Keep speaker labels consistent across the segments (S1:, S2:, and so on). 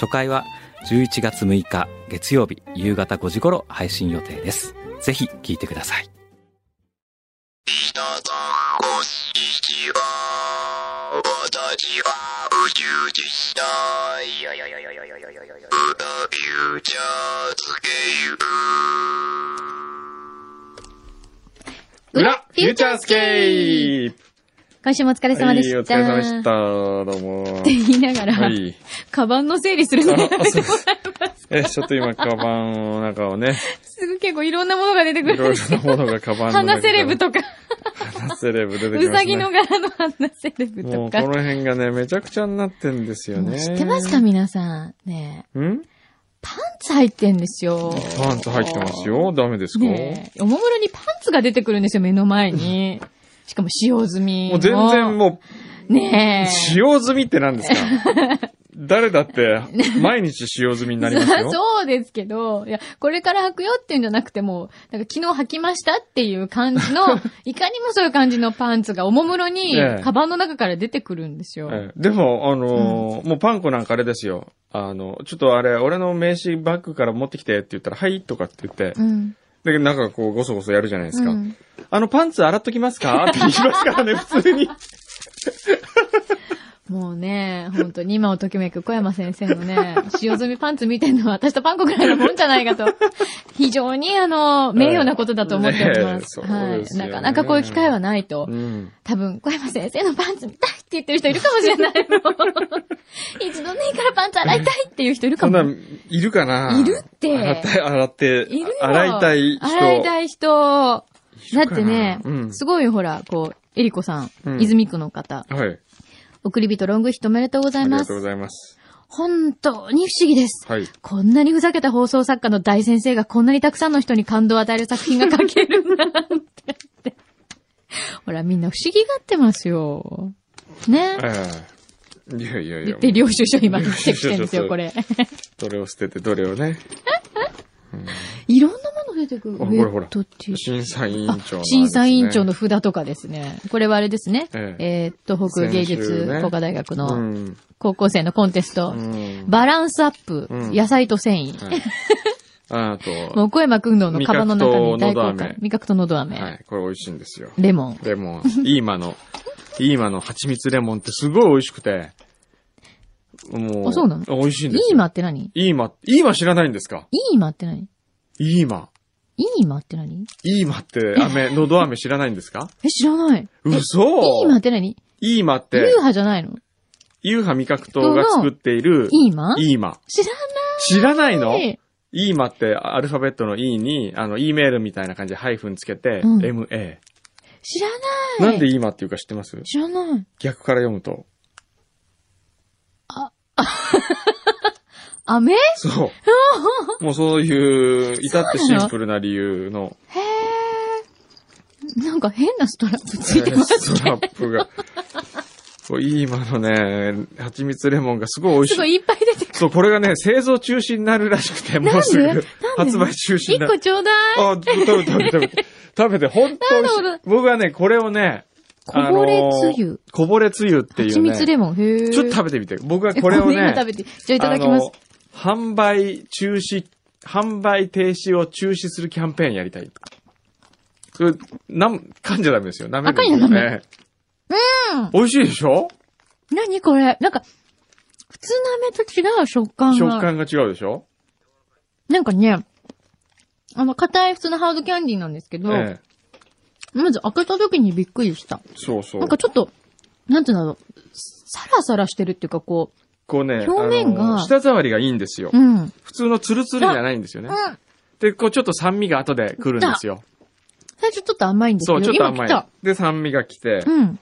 S1: 初回は11月6日月曜日夕方5時頃配信予定ですぜひ聞いてください
S2: 皆さん、こんにちは。私は宇宙人だ。いやいやいやいやいやいやいやいやいや。プラフューチャースケープ。
S3: 裏フューチャースケープ
S4: 今週もお疲れ様
S3: はい、
S4: でした。
S3: お疲れ様でした。どうも。
S4: って言いながら、
S3: はい。
S4: カバンの整理するのやめてもらえます。
S3: え、ちょっと今、カバンの中をね、
S4: すぐ結構いろんなものが出て
S3: い
S4: くるん
S3: ろ
S4: で
S3: い
S4: す
S3: ろ
S4: け
S3: な
S4: ど。
S3: ものがカバンの中
S4: 花セレブ
S3: か
S4: と か、
S3: ら。花セレブ出てきます、ね。
S4: うさぎの柄の花セレブ
S3: も
S4: と
S3: うこ
S4: か。
S3: の辺がね、めちゃくちゃになってんですよ
S4: もう
S3: ね。
S4: 知ってますか皆さん。ねえ
S3: ん
S4: パンツ入ってんですよ。
S3: パンツ入ってます。よ。ダメですか、
S4: ねえおもむろにパンツが出てくるんですよ、目の前に。しかも使用済みの。
S3: もう全然もう、
S4: ねえ。
S3: 使用済みって何 ですか誰だって、毎日使用済みになりますよ。
S4: そうですけど、いや、これから履くよっていうんじゃなくても、なんか昨日履きましたっていう感じ の、いかにもそういう感じのパンツがおもむろに
S3: ええ、
S4: カバンの中から出てくるんですよ。
S3: ええでも、あのーもうパンコなんかあれですよ。あの、ちょっとあれ、俺の名刺バッグから持ってきてって言ったら、はいとかって言って、
S4: うん。
S3: で、なんかこう、ごそごそやるじゃないですか。
S4: うん
S3: あの、パンツ洗っときます かって言いますからね、普通に。
S4: もうね、本当に今をときめく小山先生の ね、使用済みパンツ見てるのは私とパンコくらいのもんじゃないかと、非常にあの、名誉なことだと思っております。
S3: ええそうですよ
S4: はい。な
S3: ね
S4: かなかこういう機会はないと。
S3: うん。
S4: 多分、小山先生のパンツ見たいって言ってる人いるかもしれない もん。一度ね、いいからパンツ洗いたいっていう人いる
S3: そ
S4: か
S3: ん
S4: も。
S3: なん、いるかない
S4: るって
S3: 洗って、洗って、
S4: いるよ。
S3: 洗いたい人。
S4: 洗いたい人。だってね、
S3: うん
S4: すごいほら、こう、えりこさん、
S3: うん
S4: 泉区の方、
S3: はい。
S4: 送り人ロングヒットおめでとうござ
S3: あ
S4: い
S3: り
S4: ま
S3: が
S4: す
S3: とう。ございます。
S4: 本当に不思議です。
S3: はい。
S4: こんなにふざけた放送作家の大先生がこんなにたくさんの人に感動を与える作品が書けるなんてって。ほら、みんな不思議がってますよ。ね。
S3: ええいやいやいや。
S4: で、領収書今出てきてるんですよ、これ。
S3: どれを捨てて、どれをね。
S4: いろんなもの出てくる。
S3: ほらほらほ
S4: ウェ
S3: ら
S4: ットティッシュ
S3: 審査委員長のあれですね、
S4: あ審査委員長の札とかですね。これはあれですね。
S3: え
S4: えーっと、北芸
S3: 先週
S4: 術
S3: ね
S4: 工科大学
S3: う
S4: の
S3: ん。
S4: 高校生のコンテスト
S3: う。ん。
S4: バランスアップ、
S3: うん
S4: 野菜と繊維。
S3: はいああと、
S4: もう小山くんののカバンの中に大根か
S3: 味覚とのど飴
S4: 味覚とのど飴、
S3: はい、これ美味しいんですよ。
S4: レモン。
S3: レモン、イーマの、イーマの蜂蜜レモンってすごい美味しくて、もう、
S4: あそうなの
S3: 美味しいんですよ。
S4: イーマって何
S3: イーマ、イーマ知らないんですか
S4: イーマって何
S3: イーマ。
S4: イーマって何
S3: イーマって飴、のど飴知らないんですか
S4: え、知らない。
S3: 嘘
S4: イーマって何
S3: イーマっ
S4: ユ
S3: て
S4: ー、ハじゃないの
S3: ユーハ味覚糖が作っている、
S4: イーマ
S3: イーマ。
S4: 知ら
S3: 知らないの
S4: ない。
S3: イーマってアルファベットの E に、あの、E メールみたいな感じでハイフンつけて、
S4: うん
S3: MA。
S4: 知らない。
S3: なんでイーマっていうか知ってます
S4: 知らない。
S3: 逆から読むと。
S4: 飴
S3: そう。もうそういう、至ってシンプルな理由の、
S4: へー。なんか変なストラップついてます。
S3: ストラップが。これ今のね、蜂蜜レモンがすごい美味し
S4: すご
S3: い。
S4: いいっぱい出てくる。
S3: そう、これがね、製造中止になるらしくて、も
S4: なん
S3: う
S4: ですなん
S3: ぐ
S4: で。
S3: 発売中
S4: 一
S3: 止になる
S4: 個。ちょうだい。
S3: あ、食べて食べて食べて。食べて、本当に美
S4: な
S3: 味
S4: る
S3: しい。僕はね、これをね、
S4: こぼれつゆ
S3: あのーこぼれつゆっていう
S4: 蜂蜜
S3: ね。
S4: レモン。へー。
S3: ちょっと食べてみて。僕はこれを
S4: え今
S3: ね、
S4: 食べて。じゃあいただきます。
S3: あの販売中止、販売停止を中止するキャンペーンやりたい。それ、なん、噛んじゃダメですよ。舐めるんです
S4: あ噛
S3: よ
S4: んじゃダ
S3: ね。うん。美味しいでしょ
S4: 何これなんか、普通の飴と違う食感が。
S3: 食感が違うでしょ
S4: なんかね、あの、硬い普通のハードキャンディーなんですけど、
S3: ええ。
S4: まず開けた時にびっくりした。
S3: そうそう
S4: なん。かちょっと、なんていうんだろう。サラサラしてるっていうかこ
S3: こうね、
S4: 表面が
S3: あの舌触りがいいんですよ
S4: う、う。ん。うん。
S3: 普通のツルツルじゃないんですよね。で、こうちょっと酸味が後で来るんですよ。
S4: 最初ちょっと甘いんですけど、
S3: そう、ちょっと
S4: 今
S3: 甘
S4: 来
S3: い
S4: た。。
S3: で、酸味が来て
S4: う、ん。うーん。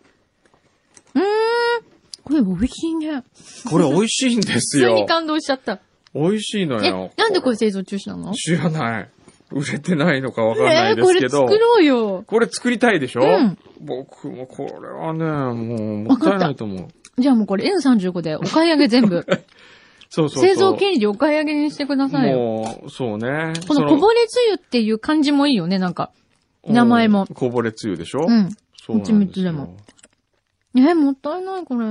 S4: これ美味しいね。
S3: これ美味しいんです
S4: 普通
S3: よ
S4: に。感動しちゃった。
S3: 美味しいの
S4: え
S3: よ。、
S4: なんでこれ製造中止なの
S3: 知らない。売れてないのかわかんな
S4: え
S3: い
S4: ー
S3: で
S4: こ
S3: す
S4: れ
S3: けど。
S4: 作ろうよ。
S3: これ作りたいでしょ、
S4: うん
S3: 僕もこれはね、もう、もったいないと思う。
S4: じゃあもうこれ N35 でお買い上げ全部。
S3: そうそうそう。
S4: 製造権利お買い上げにしてくださいよ。
S3: もう、そうね。
S4: こ
S3: そ
S4: のこぼれつゆっていう漢字もいいよね、なんか。名前も
S3: うんこぼれつゆでしょ
S4: うん。
S3: そうなんで
S4: 蜂
S3: す
S4: 蜜で
S3: よ。
S4: もえーもったいない、これ。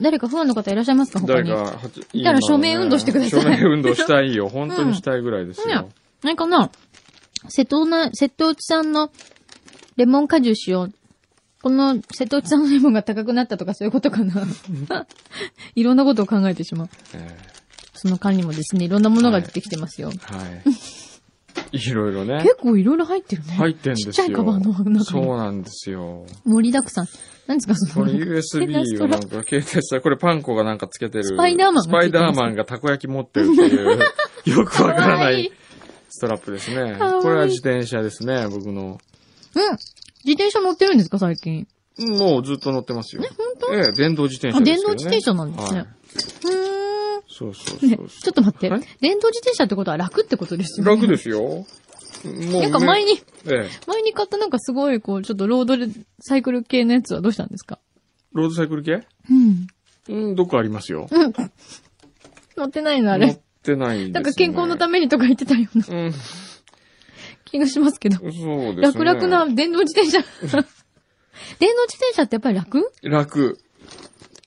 S4: 誰かファンの方いらっしゃいますか他
S3: 誰
S4: に。
S3: か、蜂
S4: いたら署名運動してください
S3: 今ね署名運動したいよ。本当にしたいぐらいですよ。
S4: ねなんかな、瀬戸な、瀬戸内さんのレモン果汁使用。この瀬戸内さんのレモンが高くなったとかそういうことか な。いろんなことを考えてしまう。
S3: え
S4: その間にもですね、いろんなものが出てきてますよ。
S3: えはい。いろいろね。
S4: 結構いろいろ入ってるね。
S3: 入ってんですよ。
S4: ちっちゃいカバンの中に。
S3: そうなんですよ。
S4: 盛りだくさん。何ですか、そ
S3: こ
S4: の。
S3: れ USB をなんか携帯した、これパン粉がなんかつけてる。
S4: スパイダーマンがつ
S3: ス
S4: いてま
S3: パ
S4: す
S3: イダーマンがたこ焼き持ってるって いう、よくわからな
S4: かわいい
S3: いストラップですね。
S4: かわいい
S3: これは自転車ですね、僕の。
S4: うん。自転車乗ってるんですか、最近。
S3: もうずっと乗ってますよ。え、
S4: 本
S3: ええ、電動自転車
S4: あ
S3: です
S4: 電動
S3: けどね。
S4: 自転車なんですね
S3: はい。
S4: 当うーん。
S3: そうそう
S4: ね、
S3: そう
S4: ちょっと待って
S3: はい。
S4: 電動自転車ってことは楽ってことですよね。。
S3: 楽ですすよ。もう。
S4: なんか前
S3: に。
S4: に、
S3: ええ。
S4: 前に買ったなんかすごい、こう、ちょっとロードで、サイクル系のやつはどうしたんですか
S3: ロードサイクル系
S4: うん。
S3: うん、どこありますよ。
S4: うん。乗ってないの、あ
S3: 乗っ
S4: れ。
S3: てないです、ね。
S4: なんか健康のた
S3: め。
S4: めにとか言ってたような
S3: うん、そ
S4: 気がしますけど。
S3: うですね。
S4: 楽々な。電動自転車。 電動自転車ってやっぱり楽
S3: 楽。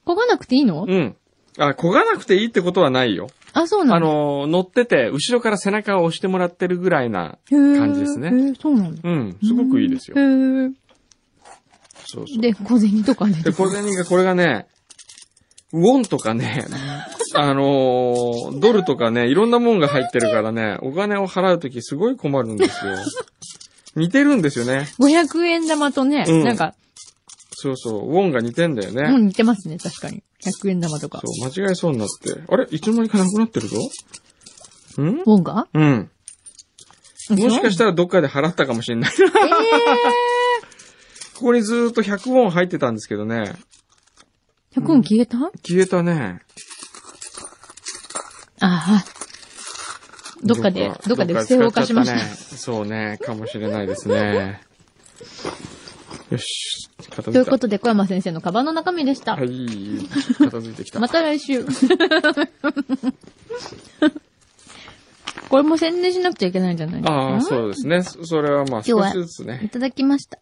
S4: 漕がなくていいの
S3: うん。あ、漕がなくていいってことはないよ。
S4: あ、そうな
S3: あ
S4: の
S3: の、乗ってて、後ろから背中を押してもらってるぐらいな感じです
S4: へ
S3: ね。
S4: ーへーそうなんだ。
S3: うん、すごくいいですよ
S4: へ。ー
S3: そうそう。
S4: で、小銭とかね。
S3: で、小銭が、これがね、ウォンとかね、あのードルとかね、いろんなもんが入ってるからね、お金を払うときすごい困るんですよ。似てるんですよね。
S4: 500円玉とね、
S3: うん
S4: なんか、
S3: そうそう、ウォンが似てんだよね。
S4: うん、似てますね、確かに。100円玉とか。
S3: そう、間違えそうになって。あれいつの間にかなくなってるぞん
S4: ウォンが
S3: うん。もしかした
S4: ら。
S3: らどっかで払ったかもしれない。
S4: え
S3: ここにずーっと100ウォン入ってたんですけどね。
S4: ー、100円消えた、あ
S3: 消えたね。
S4: あ。どっかで、どっかで不正を犯しました。
S3: どっかで使っちゃったねそうね、かもしれないです ね。よし、片付いた。
S4: ということで、小山先生のカバンの中身でした。
S3: はい、片付いてき た。
S4: また来週。これも宣伝しなくちゃいけないんじゃないですか
S3: ああ、そうですね。そそれはま
S4: 今
S3: あ
S4: 日
S3: 少
S4: は
S3: しずつ
S4: い
S3: ね。
S4: ただきました。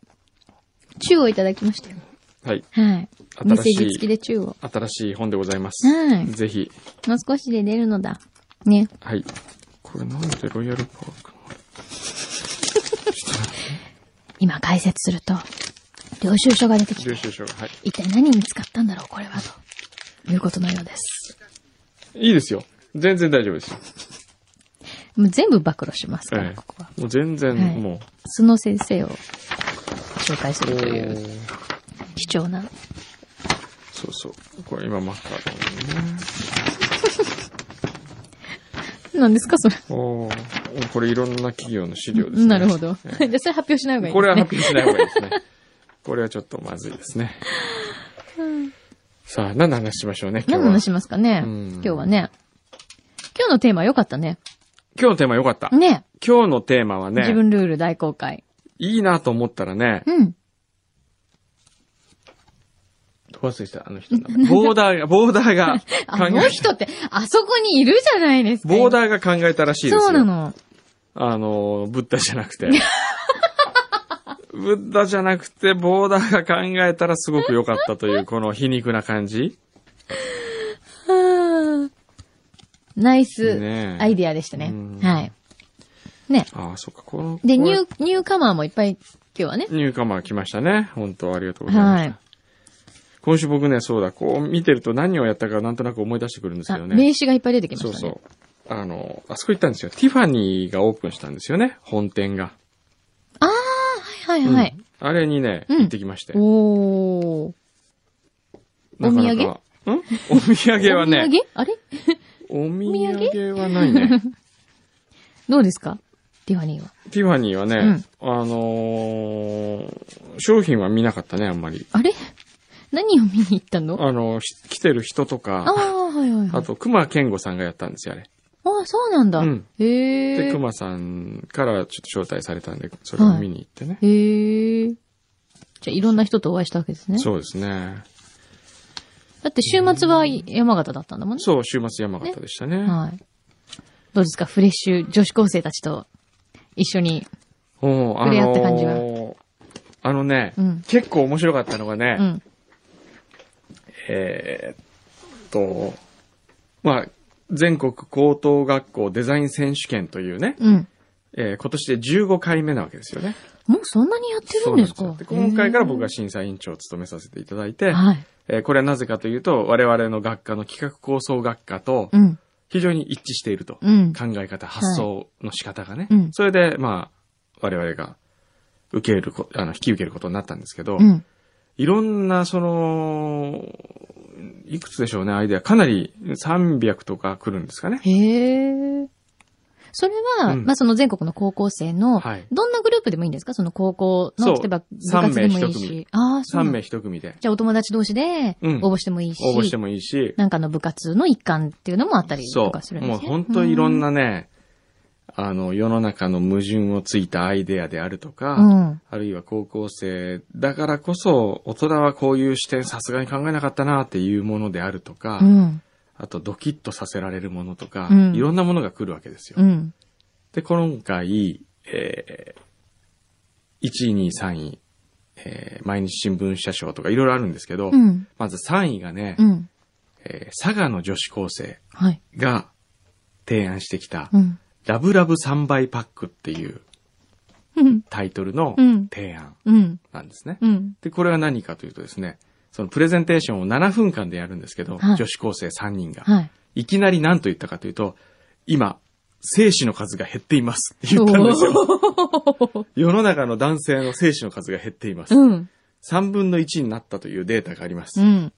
S4: チューをいただきましたよ。
S3: はい。
S4: はい。メッセージ付きでチューを。
S3: 新しい本でございます。
S4: はい
S3: ぜひ。
S4: もう少しで出るのだ。ね。
S3: はい。これなんでロイヤルパーク
S4: 今解説すると、領収書が出てき
S3: 領
S4: て、
S3: 収書が。はい。
S4: 一体何に使ったんだろう、これは、ということのようです。
S3: いいですよ。全然大丈夫ですよ。
S4: もう全部暴露しますから、
S3: ええ
S4: ここは。
S3: もう全然、
S4: はい
S3: も
S4: 須野先生を紹介す
S3: う。
S4: るという
S3: おー
S4: 貴重な。
S3: そうそう。これ今マッカーだね。
S4: 何ですか、それ。
S3: おーこれいろんな企業の資料ですね。
S4: なるほど。じゃあそ
S3: え
S4: れ発表しない方がい
S3: え
S4: いですね。
S3: これは発表しない方がいいですね。これはちょっとまずいですね。さあ、何の話しましょうね、今
S4: 何の
S3: 日は。
S4: 話しますかね
S3: うん
S4: 今日はね。今日のテーマ良かったね。
S3: 今日のテーマ良かった。
S4: ね
S3: 今日のテーマは
S4: 自
S3: ね、
S4: 分ルール大公開。
S3: いいなと思ったらね、
S4: うん。
S3: 忘れてた、あの人 の名前ボーダーが、ボーダーが考
S4: あの
S3: え、
S4: 人って、あそこにいるじゃないですか。
S3: ボーダーが考えたらしいですよ。
S4: そうなの。
S3: あの、ブッダじゃなくて。ブッダじゃなくて、ボーダーが考えたらすごく良かったという、この皮肉な感じ。
S4: はあナイス
S3: ねえ
S4: アイディアでしたね
S3: うん。
S4: はい。ね。
S3: ああ、そっか、この。
S4: で、
S3: こ
S4: ニ
S3: れ
S4: ュー、ニューカマーもいっぱい今日はね。
S3: ニューカマー来ましたね。本当ありがとうございま
S4: は
S3: した。
S4: い。
S3: 今週僕ね、そうだ、こう見てると何をやったかなんとなく思い出してくるんです
S4: あ
S3: けどね。
S4: 名刺がいっぱい出てきま
S3: そう
S4: した
S3: そ
S4: ね
S3: う。。あの、あそこ行ったんですよ。ティファニーがオープンしたんですよね。本店が。
S4: はいはいはい。
S3: うんあれにね、
S4: うん
S3: 行ってきまして。
S4: おー。
S3: なかなか。んお土産は
S4: お
S3: ね、
S4: 土産あれ
S3: お
S4: 土産
S3: 土産はないね。
S4: どうですかティファニーは。
S3: ティファニーはね、あのー商品は見なかったね、あんまり。
S4: あれ何を見に行ったの
S3: あの、し来てる人と
S4: ああ
S3: か、
S4: ー、はいはいはい。
S3: あと、熊健吾さんがやったんですよ、あれ。
S4: あ、そうなんだ。
S3: うん
S4: へ
S3: で、
S4: え。
S3: 熊さんからちょっと招待されたんで、それを見に行ってね。
S4: へえ。じゃあ、いろんな人とお会いしたわけですね。
S3: そうですね。
S4: だって、週末は山形だったんだもんね。
S3: そう、週末山形でしたね。
S4: はい。どうですか、フレッシュ女子高生たちと一緒に。
S3: おうあ
S4: 触れ合った感じ
S3: のーあのね、
S4: うん
S3: 結構面白かったのがね、
S4: うん。
S3: えーっと、まあ、全国高等学校デザイン選手権というね、
S4: うん。
S3: えー今年で15回目なわけですよね。
S4: もうそんなにやってるんです
S3: そうな
S4: か
S3: んですよで今回から僕が
S4: 知
S3: 審査委員長を務めさせていただいて、
S4: はい。
S3: えーこれはなぜかというと、我々の学科の企画構想学科と
S4: うん。
S3: 非常に一致していると。
S4: うん。
S3: 考え方、発想の仕方がね。
S4: うん
S3: それで、まあ、我々が受けるこ、あの、引き受けることになったんですけど、
S4: うん。
S3: いろんな、その、いくつでしょうね、アイデア。かなり300とか来るんですかね。
S4: へえ。それは、
S3: うん
S4: まあ、その全国の高校生の、
S3: はい
S4: どんなグループでもいいんですかその高校
S3: そ
S4: の、
S3: う
S4: 例えば部活でもいい
S3: 三名一組
S4: し。ああ、そうな
S3: 3
S4: んだ。
S3: 名1組で
S4: じゃあお友達同士で
S3: うん
S4: 応募してもいいし、
S3: 応募してもいいし、
S4: なんかの部活の一環っていうのもあったりと
S3: そ
S4: かす
S3: う。
S4: るんで
S3: もう
S4: すね。
S3: 本当いろん
S4: な。
S3: なね、あの、世の中の矛盾をついたアイデアであるとか、
S4: うん。
S3: あるいは高校生だからこそ、大人はこういう視点さすがに考えなかったなっていうものであるとか、
S4: うん。
S3: あとドキッとさせられるものとか、
S4: うん
S3: いろんなものが来るわけですよ。
S4: うん。
S3: で、今回、えー、1位、2位、3位、えー、毎日新聞社賞とかいろいろあるんですけど、
S4: うん。
S3: まず3位がね、
S4: うん。
S3: えー佐賀の女子高生
S4: はい。
S3: が提案してきた、
S4: うん。
S3: ラブラブ3倍パックっていう
S4: うん。
S3: タイトルの
S4: うん
S3: 提案
S4: うん。
S3: なんですね。
S4: うん。
S3: で、これは何かというとですね、そのプレゼンテーションを7分間でやるんですけど、
S4: はい
S3: 女子高生3人が。
S4: はい。
S3: いきなり何と言ったかというと、今、精子の数が減っていますって言ったんです
S4: お
S3: よ。
S4: ー
S3: 世の中の男性の精子の数が減っています。
S4: うん。
S3: 3分の1になったというデータがあります。
S4: うん。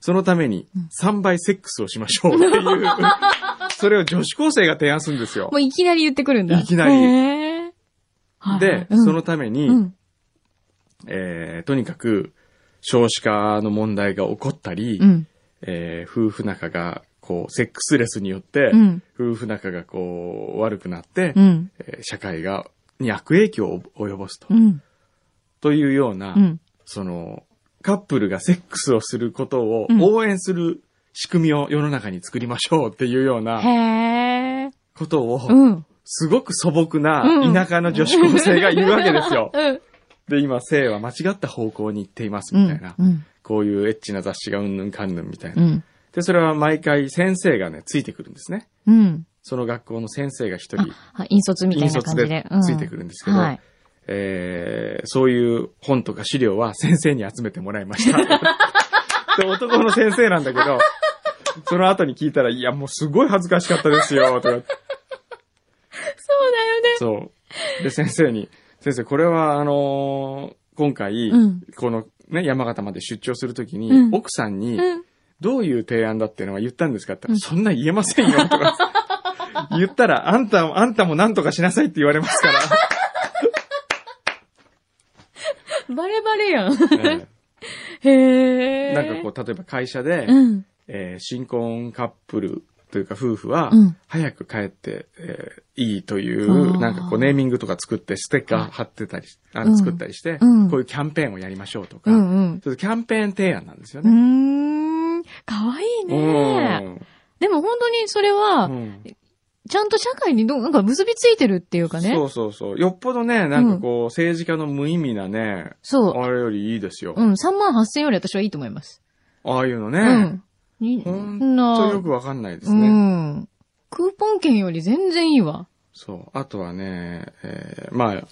S3: そのために3倍セックスをしましょうって いう、それを女子高生が提案するんですよ
S4: も。ういきなり言ってくるんだ。
S3: いきなり
S4: へーはい
S3: で、
S4: うん
S3: そのために、
S4: うん。
S3: えーとにかく少子化の問題が起こったり、
S4: うん。
S3: えー夫婦仲がこう、セックスレスによって、
S4: うん
S3: 夫婦仲がこう、悪くなって、
S4: うん。
S3: えー社会が、に悪影響を及ぼすと。
S4: うん。
S3: というような、
S4: うん。
S3: その、カップルがセックスをすることを
S4: うん
S3: 応援する仕組みを世の中に作りましょうっていうような
S4: へえ。
S3: ことを、
S4: うん。
S3: すごく素朴
S4: う。
S3: なん田舎の女子高生が言うわけですよ
S4: うん。
S3: で、今、性は間違った方向に行っています
S4: う
S3: みたいな。
S4: ん。
S3: こういうエッチな雑誌がうんぬんかんぬんみたいうな。
S4: ん。
S3: で、それは毎回先生がね、ついてくるんですね。
S4: うん。
S3: その学校の先生が一人、
S4: あ引率みたいな感じ
S3: 引
S4: で
S3: 率。でついてくるんですけど
S4: はい。
S3: えーそういう本とか資料は先生に集めてもらい ました。で男の先生なんだけど、その後に聞いたら、いや、もうすごい恥ずかしかったですよ、とか。
S4: そうだよね。
S3: そう。で、先生に、先生、これは、あのー今回、
S4: うん
S3: このね、山形まで出張するときに、
S4: うん
S3: 奥さんに、
S4: うん
S3: どういう提案だっていうのは言ったんですかって言ったら、そんな言えませんよ、と か。言ったら、あんた、あんたもなんとかしなさいって言われますから。
S4: バレバレ やん。
S3: え
S4: へ
S3: え
S4: え。
S3: なんかこう、例えば会社で、
S4: うん。
S3: えー新婚カップルというか夫婦は
S4: うん、
S3: 早く帰って、えーいいとい
S4: あー
S3: う、なんかこうネーミングとか作って、ステッカー貼ってたりし、あ
S4: うん
S3: の作ったりして、
S4: うん
S3: こういうキャンペーンをやりましょうとか、
S4: うんうん。
S3: そういうキャンペーン提案なんですよ
S4: う
S3: ね。
S4: ーん。かわいいね。でも本当にそれ
S3: う
S4: は、
S3: ん
S4: ちゃんと社会にどう、なんか結びついてるっていうかね
S3: そ。うそうそう。よっぽどね、なんかこう、政治家の無意味なね、
S4: そう。
S3: あれよりいいですよ
S4: う。ん。3万8000より私はいいと思います。
S3: ああいうの
S4: う
S3: ね。
S4: ん。に
S3: ほん
S4: そんな
S3: とよくわかんないです
S4: う
S3: ね。
S4: ん。クーポン券より全然いいわ。
S3: そう。あとはね、えーまあ、まあ、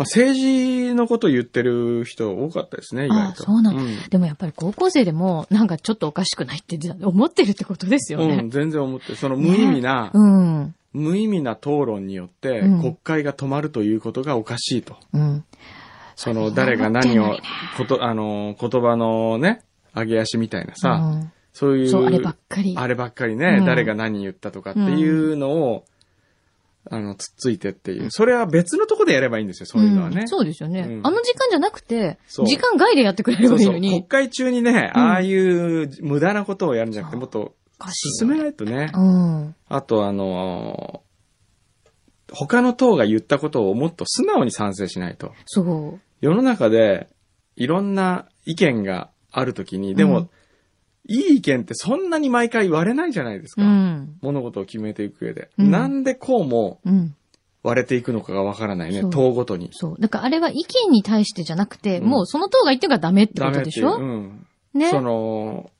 S3: 政治のこと言ってる人多かったですね、意
S4: あ
S3: 外
S4: あ、
S3: と。
S4: そうなんだ
S3: ん
S4: でもやっぱり高校生でも、なんかちょっとおかしくないって思ってるってことですよ
S3: う
S4: ね。
S3: ん、全然思ってる。その無意味な、
S4: うん。
S3: 無意味な討論によって、
S4: うん
S3: 国会が止まるということがおかしいと。
S4: うん。
S3: その、誰が何
S4: 思っ
S3: を
S4: て、
S3: こと、あの、言葉のね、上げ足みたいなさ、
S4: うん
S3: そういう、
S4: そう、あればっかり。
S3: あればっかりね、
S4: うん
S3: 誰が何言ったとかっていうのを、あの、つっついてっていう。それは別のとこでやればいいんですよ、そういうのはね。
S4: んそうですよね、
S3: うん
S4: あの時間じゃなくて、
S3: そう
S4: 時間外でやってくれればいいの
S3: 国
S4: に。
S3: 会中にね、
S4: うん
S3: ああいう無駄なことをやるんじゃな
S4: そ
S3: くて、
S4: う
S3: もっと
S4: かしい。
S3: 進めないとね。
S4: うん。
S3: あと、あのー他の党が言ったことをもっと素直に賛成しないと。
S4: そう。
S3: 世の中でいろんな意見があるときに、でも、
S4: うん
S3: いい意見ってそんなに毎回割れないじゃないですか。
S4: うん。
S3: 物事を決めていく上で。
S4: うん
S3: なんでこうも
S4: うん。
S3: 割れていくのかがわからないね
S4: そ。う
S3: 党ごとに。
S4: そう。だからあれは意見に対してじゃなくて、
S3: うん
S4: もうその党が言ってるからダメってこ
S3: ダメ
S4: と
S3: って
S4: で
S3: い
S4: し
S3: う。
S4: ょ、
S3: うん。
S4: ね
S3: その、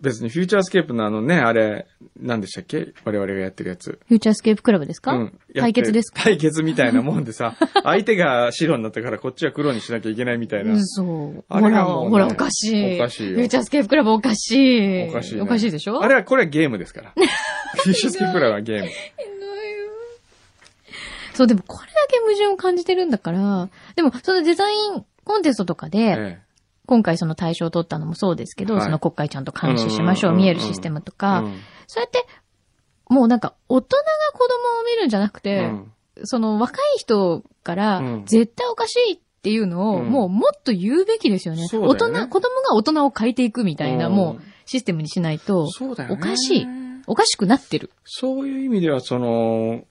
S3: 別にフューチャースケープのあのね、あれ、何でしたっけ我々がやってるやつ。
S4: フューチャースケープクラブですか、
S3: うん。やって
S4: 対決ですか
S3: 対決みたいなもんで さ、相手が白になったからこっちは黒にしなきゃいけないみたいな。
S4: うん、そう。
S3: あ
S4: ほ
S3: れ
S4: ら、
S3: がもうね
S4: ほら、おかしい。
S3: おかしいよ
S4: フューチャースケープクラブおかしい。
S3: おかしい、ね。
S4: おかしいでしょ
S3: あれは、これはゲームで すから。フィッシュスキープラはゲーム。
S4: そう、でもこれだけ矛盾を感じてるんだから、でもそのデザインコンテストとかで、
S3: え
S4: 今回その対象を取ったのもそうですけど、
S3: はい
S4: その国会ちゃんと監視しましょう、
S3: うんうんうんうん
S4: 見えるシステムと
S3: え
S4: か、そうやって、もうなんか大人が子供を見るんじゃなく
S3: う
S4: て、
S3: ん
S4: その若い人から
S3: うん
S4: 絶対おかしいっていうのを
S3: うん
S4: もうもっと言うべきですよね。
S3: そう
S4: 大
S3: だよね
S4: 人、子供が大人を変えていくみたいな、
S3: うん
S4: もうシステムにしないと、
S3: そうだよね。
S4: おかしいおかしくなってる。
S3: そういう意味では、その、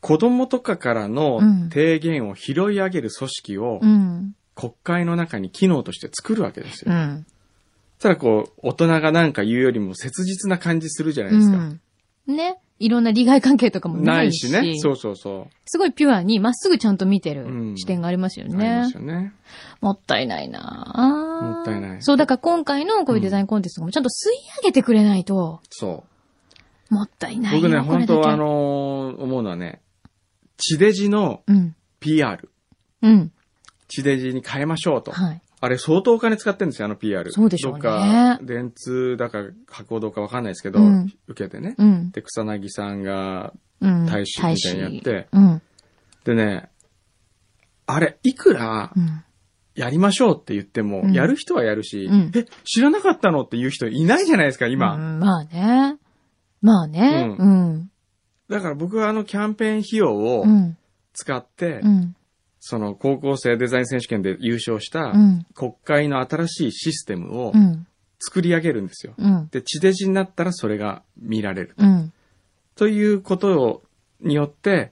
S3: 子供とかからの
S4: うん
S3: 提言を拾い上げる組織を
S4: うん。
S3: 国会の中に機能として作るわけですよ。
S4: うん。
S3: ただこう、大人がなんか言うよりも切実な感じするじゃないうですか。
S4: ん。ね。いろんな利害関係とかも
S3: な
S4: ないい
S3: し
S4: し。
S3: ね。そうそうそ
S4: すごいピュアにまっすぐちゃんと見て
S3: う
S4: る
S3: ん
S4: 視点がありますよ
S3: う。あり
S4: ね。
S3: ますよね。
S4: もったいないなぁ
S3: もったいない
S4: そう、だから今回のこういうデザインコンテストもちゃんと吸い上げてくれないと、
S3: そう。
S4: もったいないよ
S3: 僕ね、
S4: これ
S3: 本
S4: だけ
S3: 当はあのー思うのはね、地デジの
S4: うん。
S3: PR、
S4: うん。
S3: 地デジに変えましょうと。
S4: はい。
S3: あれ相当お金使ってるんですよ、あの PR。
S4: そうでしょうね
S3: どっか、電通だか、博報堂かわかんないですけど、
S4: うん
S3: 受けてね。
S4: うん。
S3: で、草薙さんが、
S4: うん。
S3: 大使みたいにやって
S4: うん。
S3: でね、あれ、いくら
S4: うん。
S3: やりましょうって言っても、
S4: うん
S3: やる人はやるし、
S4: うん
S3: え、知らなかったのっていう人いないじゃないですか、今。
S4: うんまあね。まあね。
S3: う
S4: うん。
S3: だから僕はあのキャンペーン費用を
S4: うん。
S3: 使って、
S4: うん。
S3: その高校生デザイン選手権で優勝した
S4: うん。
S3: 国会の新しいシステムを
S4: うん。
S3: 作り上げるんですよ。
S4: うん。
S3: で、地デジになったらそれが見られる。
S4: うん。
S3: ということをによって、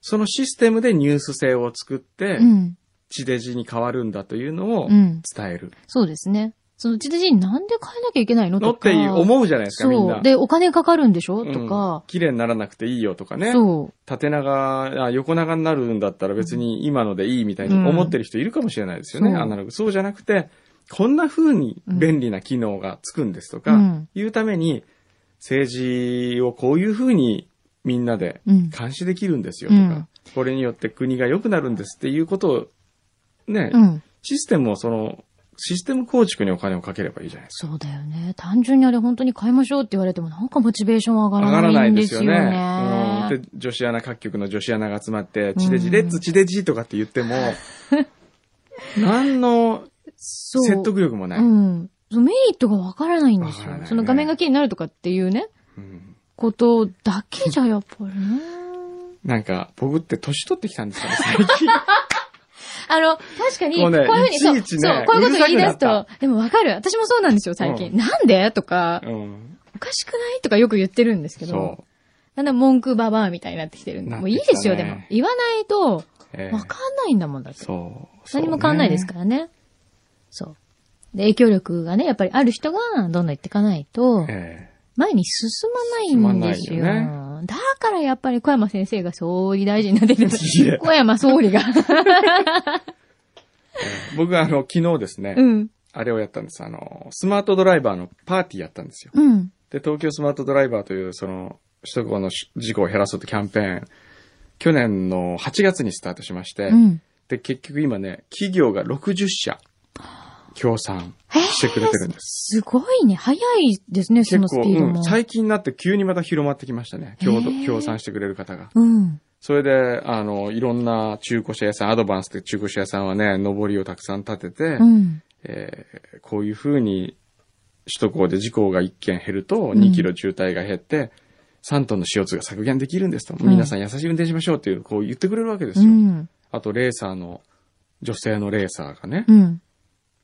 S3: そのシステムでニュース性を作って
S4: う、ん。
S3: 地デジに変わるんだというのを
S4: うん
S3: 伝える。
S4: そうですね。その、地デジになんで変えなきゃいけないの
S3: の
S4: と
S3: っ
S4: か。
S3: ていう思うじゃないですか、みん
S4: そ
S3: な
S4: う。。で、お金かかるんでしょ、
S3: うん
S4: とか。
S3: 綺麗にならなくていいよとかね。
S4: そ
S3: 縦長あ、横長になるんだったら別に今のでいいみたいに思ってる人いるかもしれないですよね、
S4: うんそう
S3: アナログ。そうじゃなくて、こんな風に便利な機能がつくんですと
S4: う
S3: か
S4: ん、
S3: いうために、政治をこういう風にみんなで
S4: う。うん。
S3: 監視できるんですよと
S4: う
S3: か
S4: ん、
S3: これによって国が良くなるんですっていうことを、ね、
S4: うん。
S3: システムをその、システム構築にお金をかければいいじゃないです
S4: そうだよね。単純にあれ本当に買いましょうって言われてもなんかモチベーション上が
S3: か。
S4: ら
S3: 上がら
S4: な
S3: ないい
S4: ん
S3: で
S4: ですす
S3: よ
S4: よ
S3: ね。
S4: ね。
S3: うんで、女子アナ、各局の女子アナが集まって、
S4: ん
S3: 地デジ、レッツ地デジとかって言って も、何の
S4: そう。
S3: 説得力もな
S4: う
S3: い。
S4: ん。そのメリットがわからないんです
S3: わから
S4: よ、
S3: ないね
S4: その画面が気になるとかっていうね、
S3: うん
S4: ことだけじゃやっぱりね。
S3: なんか、僕って年取ってきたんですよね、最近。
S4: あの、確かに、
S3: も
S4: こ
S3: う
S4: う
S3: ね
S4: いうふうに、そう、
S3: いちいち
S4: そ
S3: ね
S4: う、こういうこと言い出
S3: うる
S4: す
S3: さくな
S4: と、でもわかる。私もそうなんですよ、最近。
S3: う
S4: なんでとか、
S3: うん
S4: おかしくないとかよく言ってるんですけど、
S3: そ
S4: だんだん文句ババアみたいになってきてるんで、
S3: なっ
S4: も
S3: て
S4: う
S3: き
S4: い
S3: たね
S4: いですよ、でも。言わないと、
S3: う。ええ
S4: わかんないんだもんだって。
S3: そう。
S4: 何も変わんないです
S3: ら。
S4: からね。そう。で、影響力がね、やっぱりある人がどんどん言っていかないと、
S3: ええ
S4: 前に進まないんですよ。
S3: 進まない
S4: だからやっぱり小山先生が総理大臣になってる。
S3: いえ
S4: 小山総理が。
S3: 僕はあの、昨日ですね
S4: う、ん。
S3: あれをやったんです。あの、スマートドライバーのパーティーやったんですよ。
S4: うん。
S3: で、東京スマートドライバーという、その、首都高のし事故を減らそうってキャンペーン、去年の8月にスタートしまして、
S4: うん。
S3: で、結局今ね、企業が60社、協賛してくれてるんです。
S4: すごいね。早いですね、そ
S3: 結
S4: のス
S3: 構、
S4: ピード
S3: う
S4: も
S3: ん、。最近になって急にまた広まってきましたね。協
S4: へー
S3: 協賛してくれる方が。
S4: うん。
S3: それで、あの、いろんな中古車屋さん、アドバンスって中古車屋さんはね、上りをたくさん立てて、
S4: うん。
S3: えーこういうふうに首都高で事故が1件減ると
S4: ん
S3: 2キロ渋滞が減って3トンの CO2 が削減できるんですと。
S4: ん
S3: 皆さん優しい運転しましょうっていう、こう言ってくれるわけです
S4: う
S3: よ。
S4: ん。
S3: あと、レーサーの、女性のレーサーがね、
S4: うん。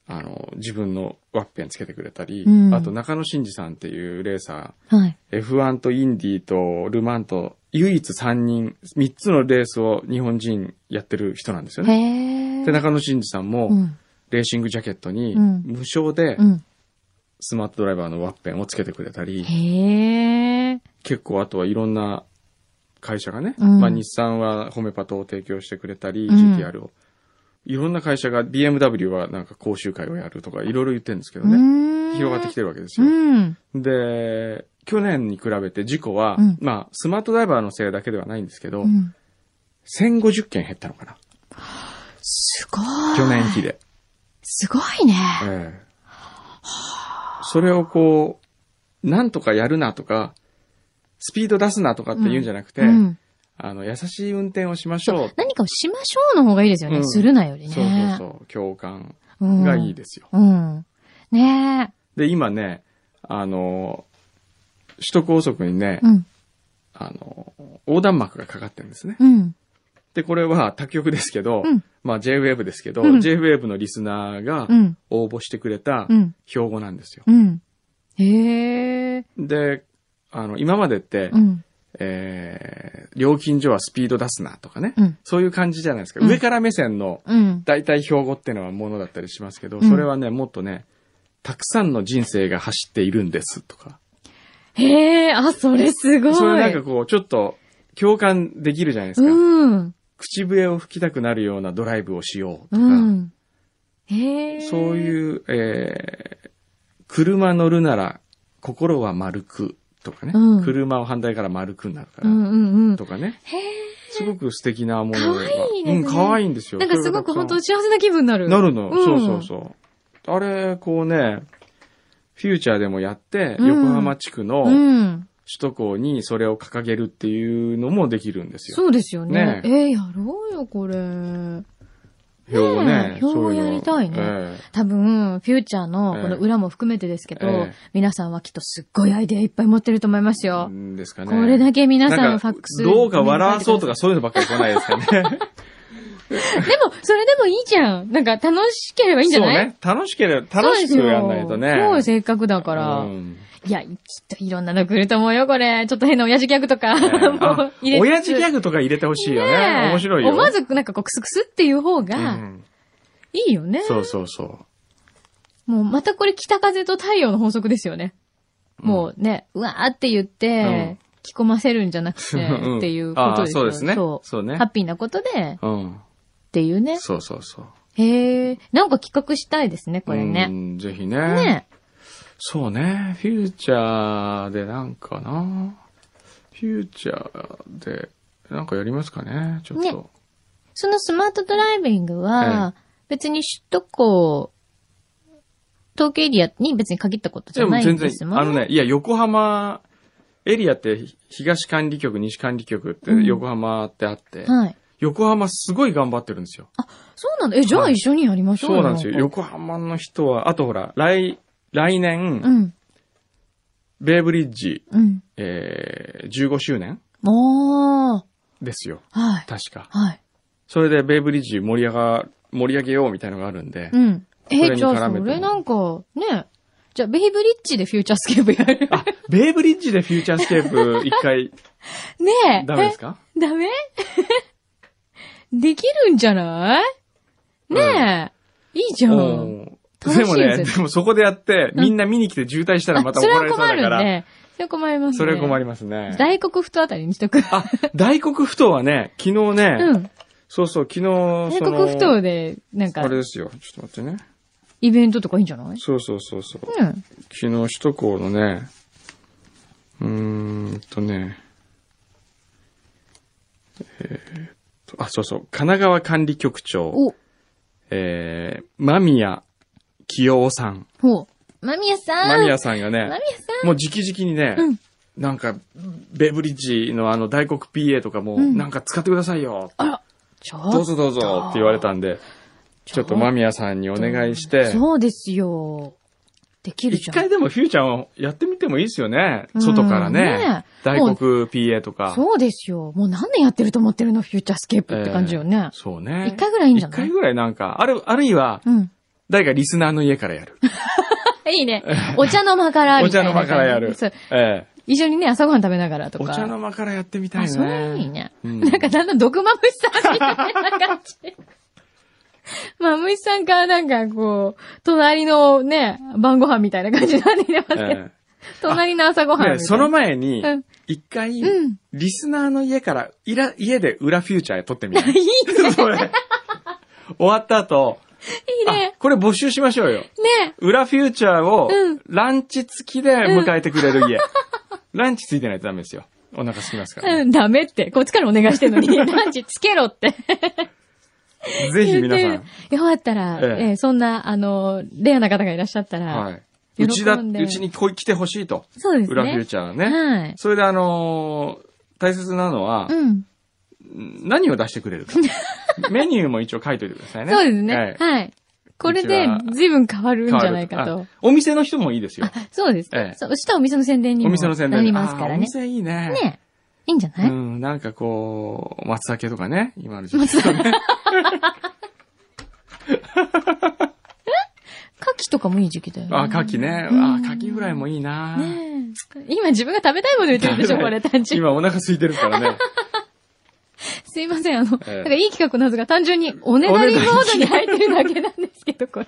S3: あの、自分のワッペンつけてくれたり、
S4: うん
S3: あと中野真二さんっていうレーサ
S4: はい。
S3: ー、F1 とインディとルマンと唯一3人、3つのレースを日本人やってる人なんですよ
S4: へ
S3: ね。
S4: え。
S3: で、中野真二さんも、
S4: うん。
S3: レーシングジャケットに、
S4: うん
S3: 無償で
S4: うん。
S3: スマートドライバーのワッペンをつけてくれたり、
S4: へえ。
S3: 結構あとはいろんな会社がね、
S4: うん
S3: まあ日産はホメパトを提供してくれたり、
S4: うん
S3: GTR を。いろんな会社が、BMW はなんか講習会をやるとか、いろいろ言ってるんですけど
S4: う
S3: ね。
S4: ん。
S3: 広がってきてるわけです
S4: う
S3: よ。
S4: ん。
S3: で、去年に比べて事故は、
S4: うん
S3: まあ、スマートドライバーのせいだけではないんですけど、
S4: うん。
S3: 1050件減ったのかな。
S4: すごい。
S3: 去年比で。
S4: すごいね。
S3: ええそれをこう、なんとかやるなとか、スピード出すなとかって言うんじゃなくて、
S4: うん。
S3: あの、優しい運転をしまし
S4: そ
S3: ょう
S4: う。。何かをしましょうの方がいいですよね。
S3: うん
S4: するなよりね。
S3: そうそうそう、共感
S4: うん
S3: がいいですよ。
S4: うん。ね
S3: で、今ね、あの、首都高速にね
S4: え。、うん。
S3: あの、横断幕がかかってるんですね。
S4: うん。
S3: で、これは他局ですけど、
S4: うん
S3: まあ JWAVE ですけど、
S4: うん
S3: JWAVE のリスナーが
S4: うん。
S3: 応募してくれた
S4: うん。
S3: 標語なんですよ。
S4: うん。へえ。
S3: で、あの、今までって、
S4: うん。
S3: えー、料金所はスピード出すなとかね、
S4: うん
S3: そういう感じじゃないですか。
S4: うん
S3: 上から目線の
S4: うん。
S3: 大体標語ってのはものだったりしますけど、
S4: うん
S3: それはね、もっとね、たくさんの人生が走っているんですとか。
S4: へえ、あ、それすごい。
S3: それなんかこう、ちょっと共感できるじゃないですか。
S4: うん。
S3: 口笛を吹きたくなるようなドライブをしようと
S4: う
S3: か、
S4: ん。へえ。
S3: そう
S4: う。
S3: いう、えー、車乗るなら心は丸くとかね、
S4: うん
S3: 車を反対から丸くになるから、
S4: うんうんうん。
S3: とかね。
S4: へえ。
S3: すごく素敵なもの
S4: 可
S3: が。
S4: 愛いですね
S3: うん、可愛いんですよ。
S4: なんかすごく本当
S3: そ
S4: 幸せな気分になる。
S3: れがたくさんなるの、
S4: うん
S3: そうそうそう。あれ、こうね、フューチャーでもやって、
S4: うん
S3: 横浜地区
S4: う
S3: の首
S4: ん。
S3: 都高にそれを掲げるっていうのもできるんですよ。
S4: そうですよね
S3: ね。
S4: えー、やろうよ、これ。
S3: 表をね
S4: ね。え
S3: そうう
S4: 表を
S3: の
S4: やりたいね
S3: え
S4: 多分、フューチャーのこの裏も含めてですけど、
S3: ええ
S4: 皆さんはきっとすっごいアイデアいっぱい持ってると思います
S3: え
S4: よ。
S3: んですかね。
S4: これだけ皆さ
S3: なんん
S4: ファ
S3: か
S4: ックス。
S3: どうか笑わそうとか。そういうのばっかり来ないですかね。
S4: でも、それでもいいじゃん。なんか楽しけれ ばいいんじゃ
S3: そう
S4: ない
S3: ね。楽しければ、楽しくやんない
S4: そ
S3: とね。
S4: うですよそう、
S3: ね。
S4: せっかくだから。
S3: うん
S4: いや、きっといろんなの来ると思うよ、これ。ちょっと変な親父ギャグとか。 も
S3: あ
S4: う入れつつ
S3: 親父ギャグとか入れてほしいよね。面白いよ。
S4: 思わずなんかこうクスクスっていう方
S3: う
S4: が
S3: ん
S4: いいよね。
S3: そうそうそう。
S4: もうまたこれ北風と太陽の法則ですよね。もうね、うわーって言って、着込ませるんじゃなくて、
S3: うん
S4: っていうことですよ
S3: あーそうですね
S4: そう
S3: そうね
S4: ハッピーなことで、っ
S3: うん。
S4: ていうね。
S3: そうそうそう。
S4: へえ、なんか企画したいですね、これ
S3: う
S4: ね。
S3: ん、ぜひね。
S4: ね
S3: そうね。フューチャーでなんかな。フューチャーでなんかやりますかね。ちょっと。
S4: ねそのスマートドライビングは、別に首都高、東京エリアに別に限ったことじ
S3: で
S4: ゃ
S3: も
S4: ないん
S3: 全
S4: で
S3: 然
S4: す、もん
S3: あのね、いや、横浜エリアって東管理局、西管理局って
S4: うん
S3: 横浜ってあって、
S4: はい。
S3: 横浜すごい頑張ってるんですよ。
S4: そうなんだ。え、じゃあ一緒にやりましょう
S3: そうなんですよ。
S4: か
S3: 横浜の人は、あとほら、来、来年、
S4: うん、
S3: ベイブリッジ、
S4: うん。
S3: えー、15周年
S4: もう、
S3: ですよ。
S4: はい。
S3: 確か。
S4: はい。
S3: それでベイブリッジ盛り上が、盛り上げようみたいのがあるんで。
S4: うん。
S3: こ
S4: え、
S3: れに
S4: じゃあ
S3: 絡
S4: そ
S3: めても
S4: れなんか、ね。じゃあ、ベイブリッジでフューチャースケープやる。
S3: あ、ベイブリッジでフューチャースケープ一回
S4: ね え。
S3: ダメですか
S4: えダメ できるんじゃないねえ。いいじゃん。
S3: うん
S4: 楽しい
S3: でもね、
S4: です
S3: でもそこでやって、みんな見に来て渋滞したらまた
S4: あ
S3: 怒
S4: それは
S3: られそう
S4: 困
S3: だか
S4: るん
S3: ら、
S4: で。それは困りますね。
S3: それは困りますね。
S4: 大黒ふとあたりにしとく。
S3: あ、大黒ふ頭はね、昨日 ね、
S4: うん。
S3: そうそう、昨日、
S4: 大
S3: その
S4: 黒ふとで、なんか
S3: あ、れですよ。ちょっと待ってね。
S4: イベントとかいいんじゃない
S3: そうそうそうそう。
S4: うん。
S3: 昨日首都高のね、うーんとね、えーっと、あ、そうそう、神奈川管理局長、
S4: お、
S3: えー、間宮清夫さん。
S4: ほう。間宮さん。
S3: 間宮さんが
S4: 間
S3: ね、
S4: 宮さん。
S3: もう直々にね、
S4: うん
S3: なんか、ベイブリッジのあの大黒 PA とかも、
S4: うん
S3: なんか使ってくださいよ、
S4: あら、ちょっと
S3: どうぞどうぞって言われたんで、ちょっと間宮さんにお願いして、
S4: そうですよ。できるじ
S3: 一
S4: ゃん
S3: 回。でもフューちゃんをやってみてもいいですよね。
S4: うん
S3: 外からね。
S4: ね
S3: 大
S4: も
S3: 黒
S4: う
S3: PA とか。
S4: そうですよ。もう何年やってると思ってるのフューチャースケープって感じよね。
S3: そうね。
S4: 一回ぐらいいいんじゃない
S3: 一回ぐらいなんか、ある、あるいは、
S4: うん。
S3: 誰かリスナーの家からやる。
S4: いいね。お茶の間から
S3: お
S4: みた
S3: 茶
S4: いな
S3: の間からやる。
S4: そう
S3: ええ
S4: 一緒にね、朝ごはん食べながらとか。
S3: お茶の間からやってみたい
S4: あ、
S3: ね。
S4: それいいね。
S3: うん
S4: なんかだんだん毒まぶしさんみたいな感じ。 まむしさんからなんかこう、隣のね、晩ご飯みたいな感じになってきてます ね。
S3: え
S4: 隣の朝ご
S3: え
S4: 飯みたいな
S3: ねその前に
S4: うん、
S3: 一回
S4: うん、
S3: リスナーの家から、いら、家で裏フューチャー撮ってみる。
S4: いいね。
S3: それ終わった後、
S4: いいね
S3: あ。これ募集しましょうよ。
S4: ね
S3: 裏フューチャーを
S4: うん、
S3: ランチ付きで迎えてくれる家。 ランチついてないとダメですよ。お腹空きますからね、
S4: うん、ダメって。こっちからお願いしてんの に、ランチつけろって。
S3: ぜひ皆
S4: 言っ
S3: さ
S4: てるよかったら、
S3: ええ
S4: ええそんな、あの、レアな方がいらっしゃった
S3: ん。
S4: ら、
S3: はい。
S4: 喜ん
S3: う
S4: で
S3: ちだ、うちに来い来てほしいと。
S4: そうですね。
S3: 裏フューチャーはね。
S4: はい。
S3: それであのー大切なのは、
S4: うん。
S3: 何を出してく れるか。メニューも一応書いといてくださいね。
S4: そうですね。
S3: はい
S4: はい。これで
S3: うちは、
S4: 随分変わるんじゃないか
S3: 変わ
S4: と
S3: る。あお店の人もいいですよ。
S4: そうです。
S3: ええ
S4: そうしたらお店の宣伝に
S3: お
S4: も
S3: 店の宣伝
S4: なりますから
S3: あーお
S4: ね。
S3: 店いいね。
S4: ねえいいんじゃな
S3: う
S4: い、
S3: ん、なんかこう、松茸とかね、今の時期とかね。
S4: 牡蠣とかもいい時期だよね。
S3: あ、牡蠣ね。
S4: うん
S3: あ、牡蠣フライもいいな。
S4: ねえ今自分が食べたいもの言ってるで しょ、これ、単 純に。
S3: 今お腹空いてるからね。
S4: すいません、あの、
S3: ええ
S4: なんかいい企画なんですが、単純におねだりモードに入ってるだけなんですけど、これ。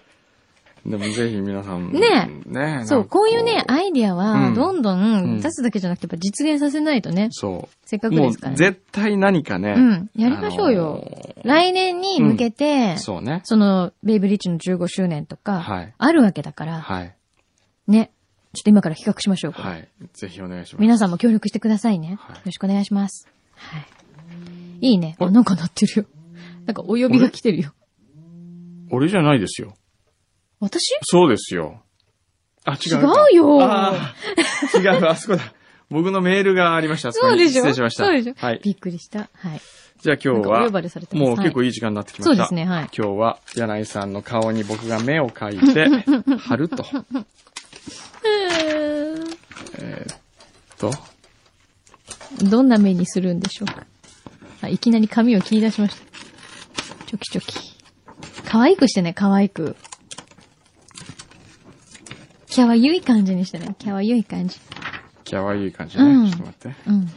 S3: でもぜひ皆さん。
S4: ね
S3: ねえ
S4: そう、こういうね、
S3: あ
S4: アイディア
S3: う
S4: は、
S3: ん
S4: どんど
S3: ん
S4: ん出すだけじゃなくて、やっぱ実現させないとね、
S3: そ
S4: せっか
S3: う。
S4: く
S3: も
S4: で
S3: う
S4: すから、ね。
S3: 絶対何かね。
S4: うん、やりましょうよ。
S3: あのー
S4: 来年に向けて、そ
S3: そうね。
S4: の、ベイブリッジの15周年とか、
S3: はい
S4: あるわけだから、
S3: はい。
S4: ね。ちょっと今から企画しましょう、これ
S3: はい。ぜひお願いします。
S4: 皆さんも協力してくださいね。
S3: はい
S4: よろしくお願いします。はい。いいね。
S3: あ
S4: あ、なんか鳴ってるよ。なんかお呼びが来てるよ。
S3: 俺じゃないですよ。
S4: 私
S3: そうですよ。あ、違
S4: 違
S3: うか。
S4: うよ。
S3: あー違う、あそこだ。僕のメールがありました。あそこ
S4: そう
S3: に
S4: でしょ
S3: 失礼しました。
S4: そうでしょ
S3: はい。
S4: びっくりした。はい。
S3: じゃあ今
S4: な
S3: 日
S4: んか
S3: は
S4: お呼ばれされ、てます
S3: もう結構いい時間になってきました。
S4: そうですね、はい。
S3: 今日は、柳井さんの顔に僕が目を描 いて、貼ると。と。
S4: どんな目にするんでしょうか。あ、いきなり髪を切り出しました。チョキチョキ。可愛くしてね、可愛く。キャワゆい感じにしてね。キャワゆい感じ。
S3: キャワいい感じね。
S4: うん
S3: ちょっと待って。
S4: うん。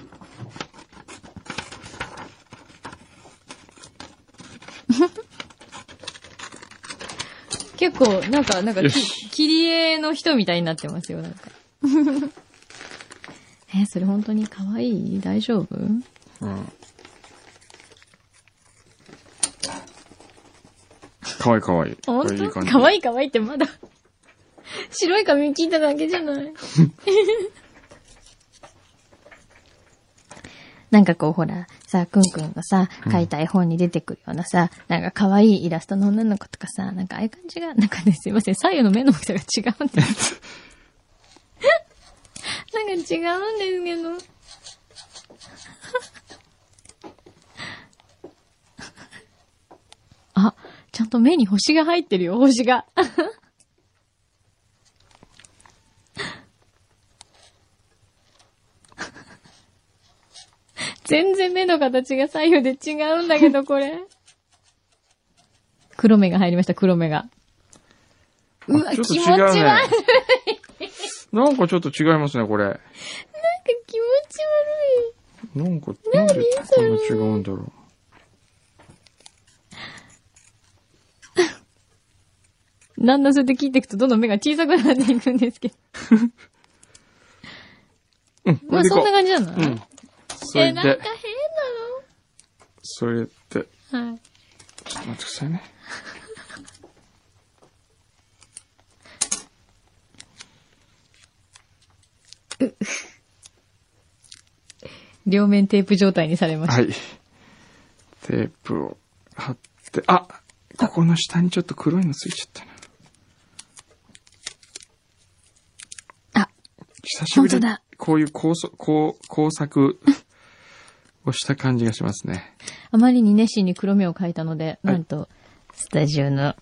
S4: 結構、なんか、なんか
S3: よ
S4: き、
S3: し
S4: 切り絵の人みたいになってますよ、なん か。え、それ本当に可愛い大丈夫
S3: かわいいかわいい。
S4: 本
S3: これいい
S4: 当
S3: 感じ。
S4: 可愛い可愛いってまだ。 白い髪切っただけじゃ ない。なんかこうほら、さ、くんくんがさ、書いた絵本に出てくるようなさ、なんか可愛いイラストの女の子とかさ、なんかああいう感じが、なんかね、すいません、左右の目の大きさが違うんです。 なんか違うんですけど。あ、ちゃんと目に星が入ってる よ、星が。全然目の形が左右で違うんだけど、これ。黒目が入りました、黒目が。うわ、
S3: あちょっと
S4: 気
S3: 違
S4: 持ち悪い。なん
S3: う
S4: か
S3: ね。なんかちょっと違いますね、これ。
S4: 気持ち悪い。
S3: なんか、なんでこんな違うんだろう。
S4: だんだんそうやって切っていくとどんどん目が小さくなっていくんですけど。
S3: うん、こ
S4: ま
S3: れ
S4: あ
S3: でい
S4: そ
S3: こ
S4: んな感じなの、
S3: う。うん。そ
S4: え、
S3: れ
S4: なんか
S3: で
S4: 変、
S3: それで、ちょっ
S4: なのはい。
S3: と待ってくださいね。
S4: 両面テープ状態にされました。
S3: はい。テープを貼って、あここの下にちょっと黒いのついちゃったな。
S4: あ、
S3: 久しぶり
S4: 本当
S3: に
S4: だ
S3: こういう工作、工工作をした感じがしますね。
S4: あまりに熱心に黒目を描いたので、
S3: はい
S4: なんと、スタジオの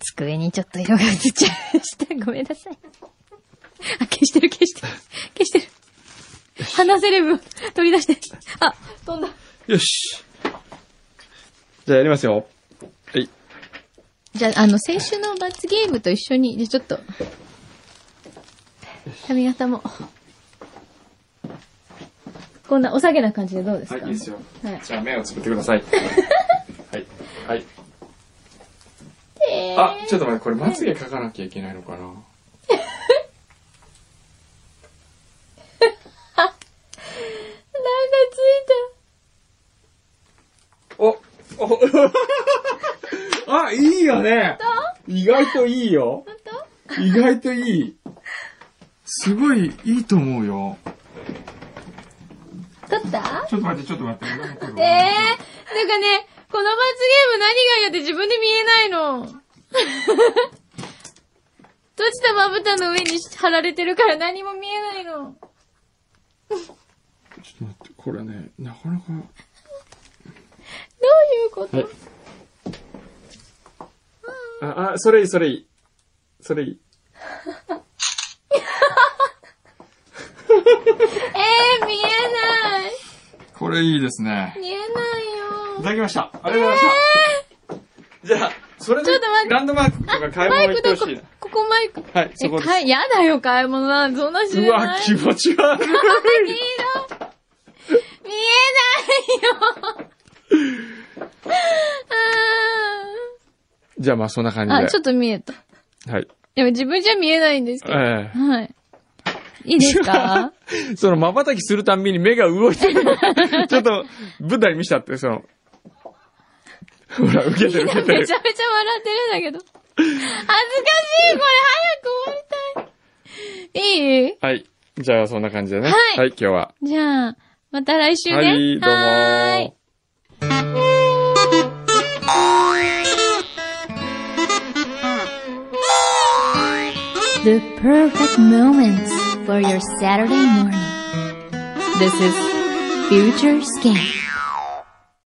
S4: 机にちょっと色がついちゃいました。ごめんなさい。あ、消してる消してる。消してる。鼻セレブを取り出して。あ、飛んだ。
S3: よし。じゃあやりますよ。はい。
S4: じゃあ、あの、先週の罰ゲームと一緒に、じゃあちょっと、髪型も。こんなお下げな感じでどうですか、
S3: はい、いいですよ。
S4: はい
S3: じゃあ目をつぶってください。はい。はい。あ、ちょっと待って、これまつげ描かなきゃいけないのかな。お、お、 あ、いいよね。意外といいよ。
S4: なんかついた。本
S3: 意外といい。すごいいいと思うよ。
S4: 当取った
S3: ちょっと待って、ちょっと待って。
S4: ええー、なんかね、この罰ゲーム何が嫌って自分で見えないの。 閉じたまぶたの上に貼られてるから何も見えないの。
S3: ちょっと待って、これね、なかなか。
S4: どういうこと、
S3: はいあ、あ、それいい、それいい。それいい。
S4: ええー、見えない。
S3: これいいですね。
S4: 見えない
S3: い
S4: よ。
S3: ただきました。ありがとうございました。じゃあ、それで
S4: ちょっと待って
S3: ランドマークとか買い
S4: マイ
S3: 物行っ
S4: ク
S3: てほ
S4: ど
S3: しい
S4: こ
S3: な。、
S4: ここマイク。
S3: はい、そ
S4: え、
S3: こで
S4: かい、やだよ、買い物なんて、そんな
S3: す。
S4: 知
S3: う
S4: らな
S3: わ、
S4: い。
S3: 気持ち悪い。
S4: 黄色見えないよ。
S3: じゃあまあそんな感
S4: あーあ、ちょ
S3: じ
S4: っと見えた。
S3: で。はい。
S4: でも自分じゃ見えないんですけど。
S3: え
S4: はい。いいです か
S3: え。 その瞬きするたんびに目が動いてる。ちょっと、舞台見したって、その。ほら、受けてる、
S4: めちゃ
S3: 受け
S4: め
S3: てる
S4: ち。ゃ笑ってるんだけど。恥ずかしいこれ早く終わりたい。いい
S3: はい。じゃあそんな感じでね。
S4: はい
S3: 今日は。
S4: じゃあ、また来週ね。
S3: はい、どうも
S4: はーい
S3: ー。
S5: The perfect moments for your Saturday morning. This is Future Scan.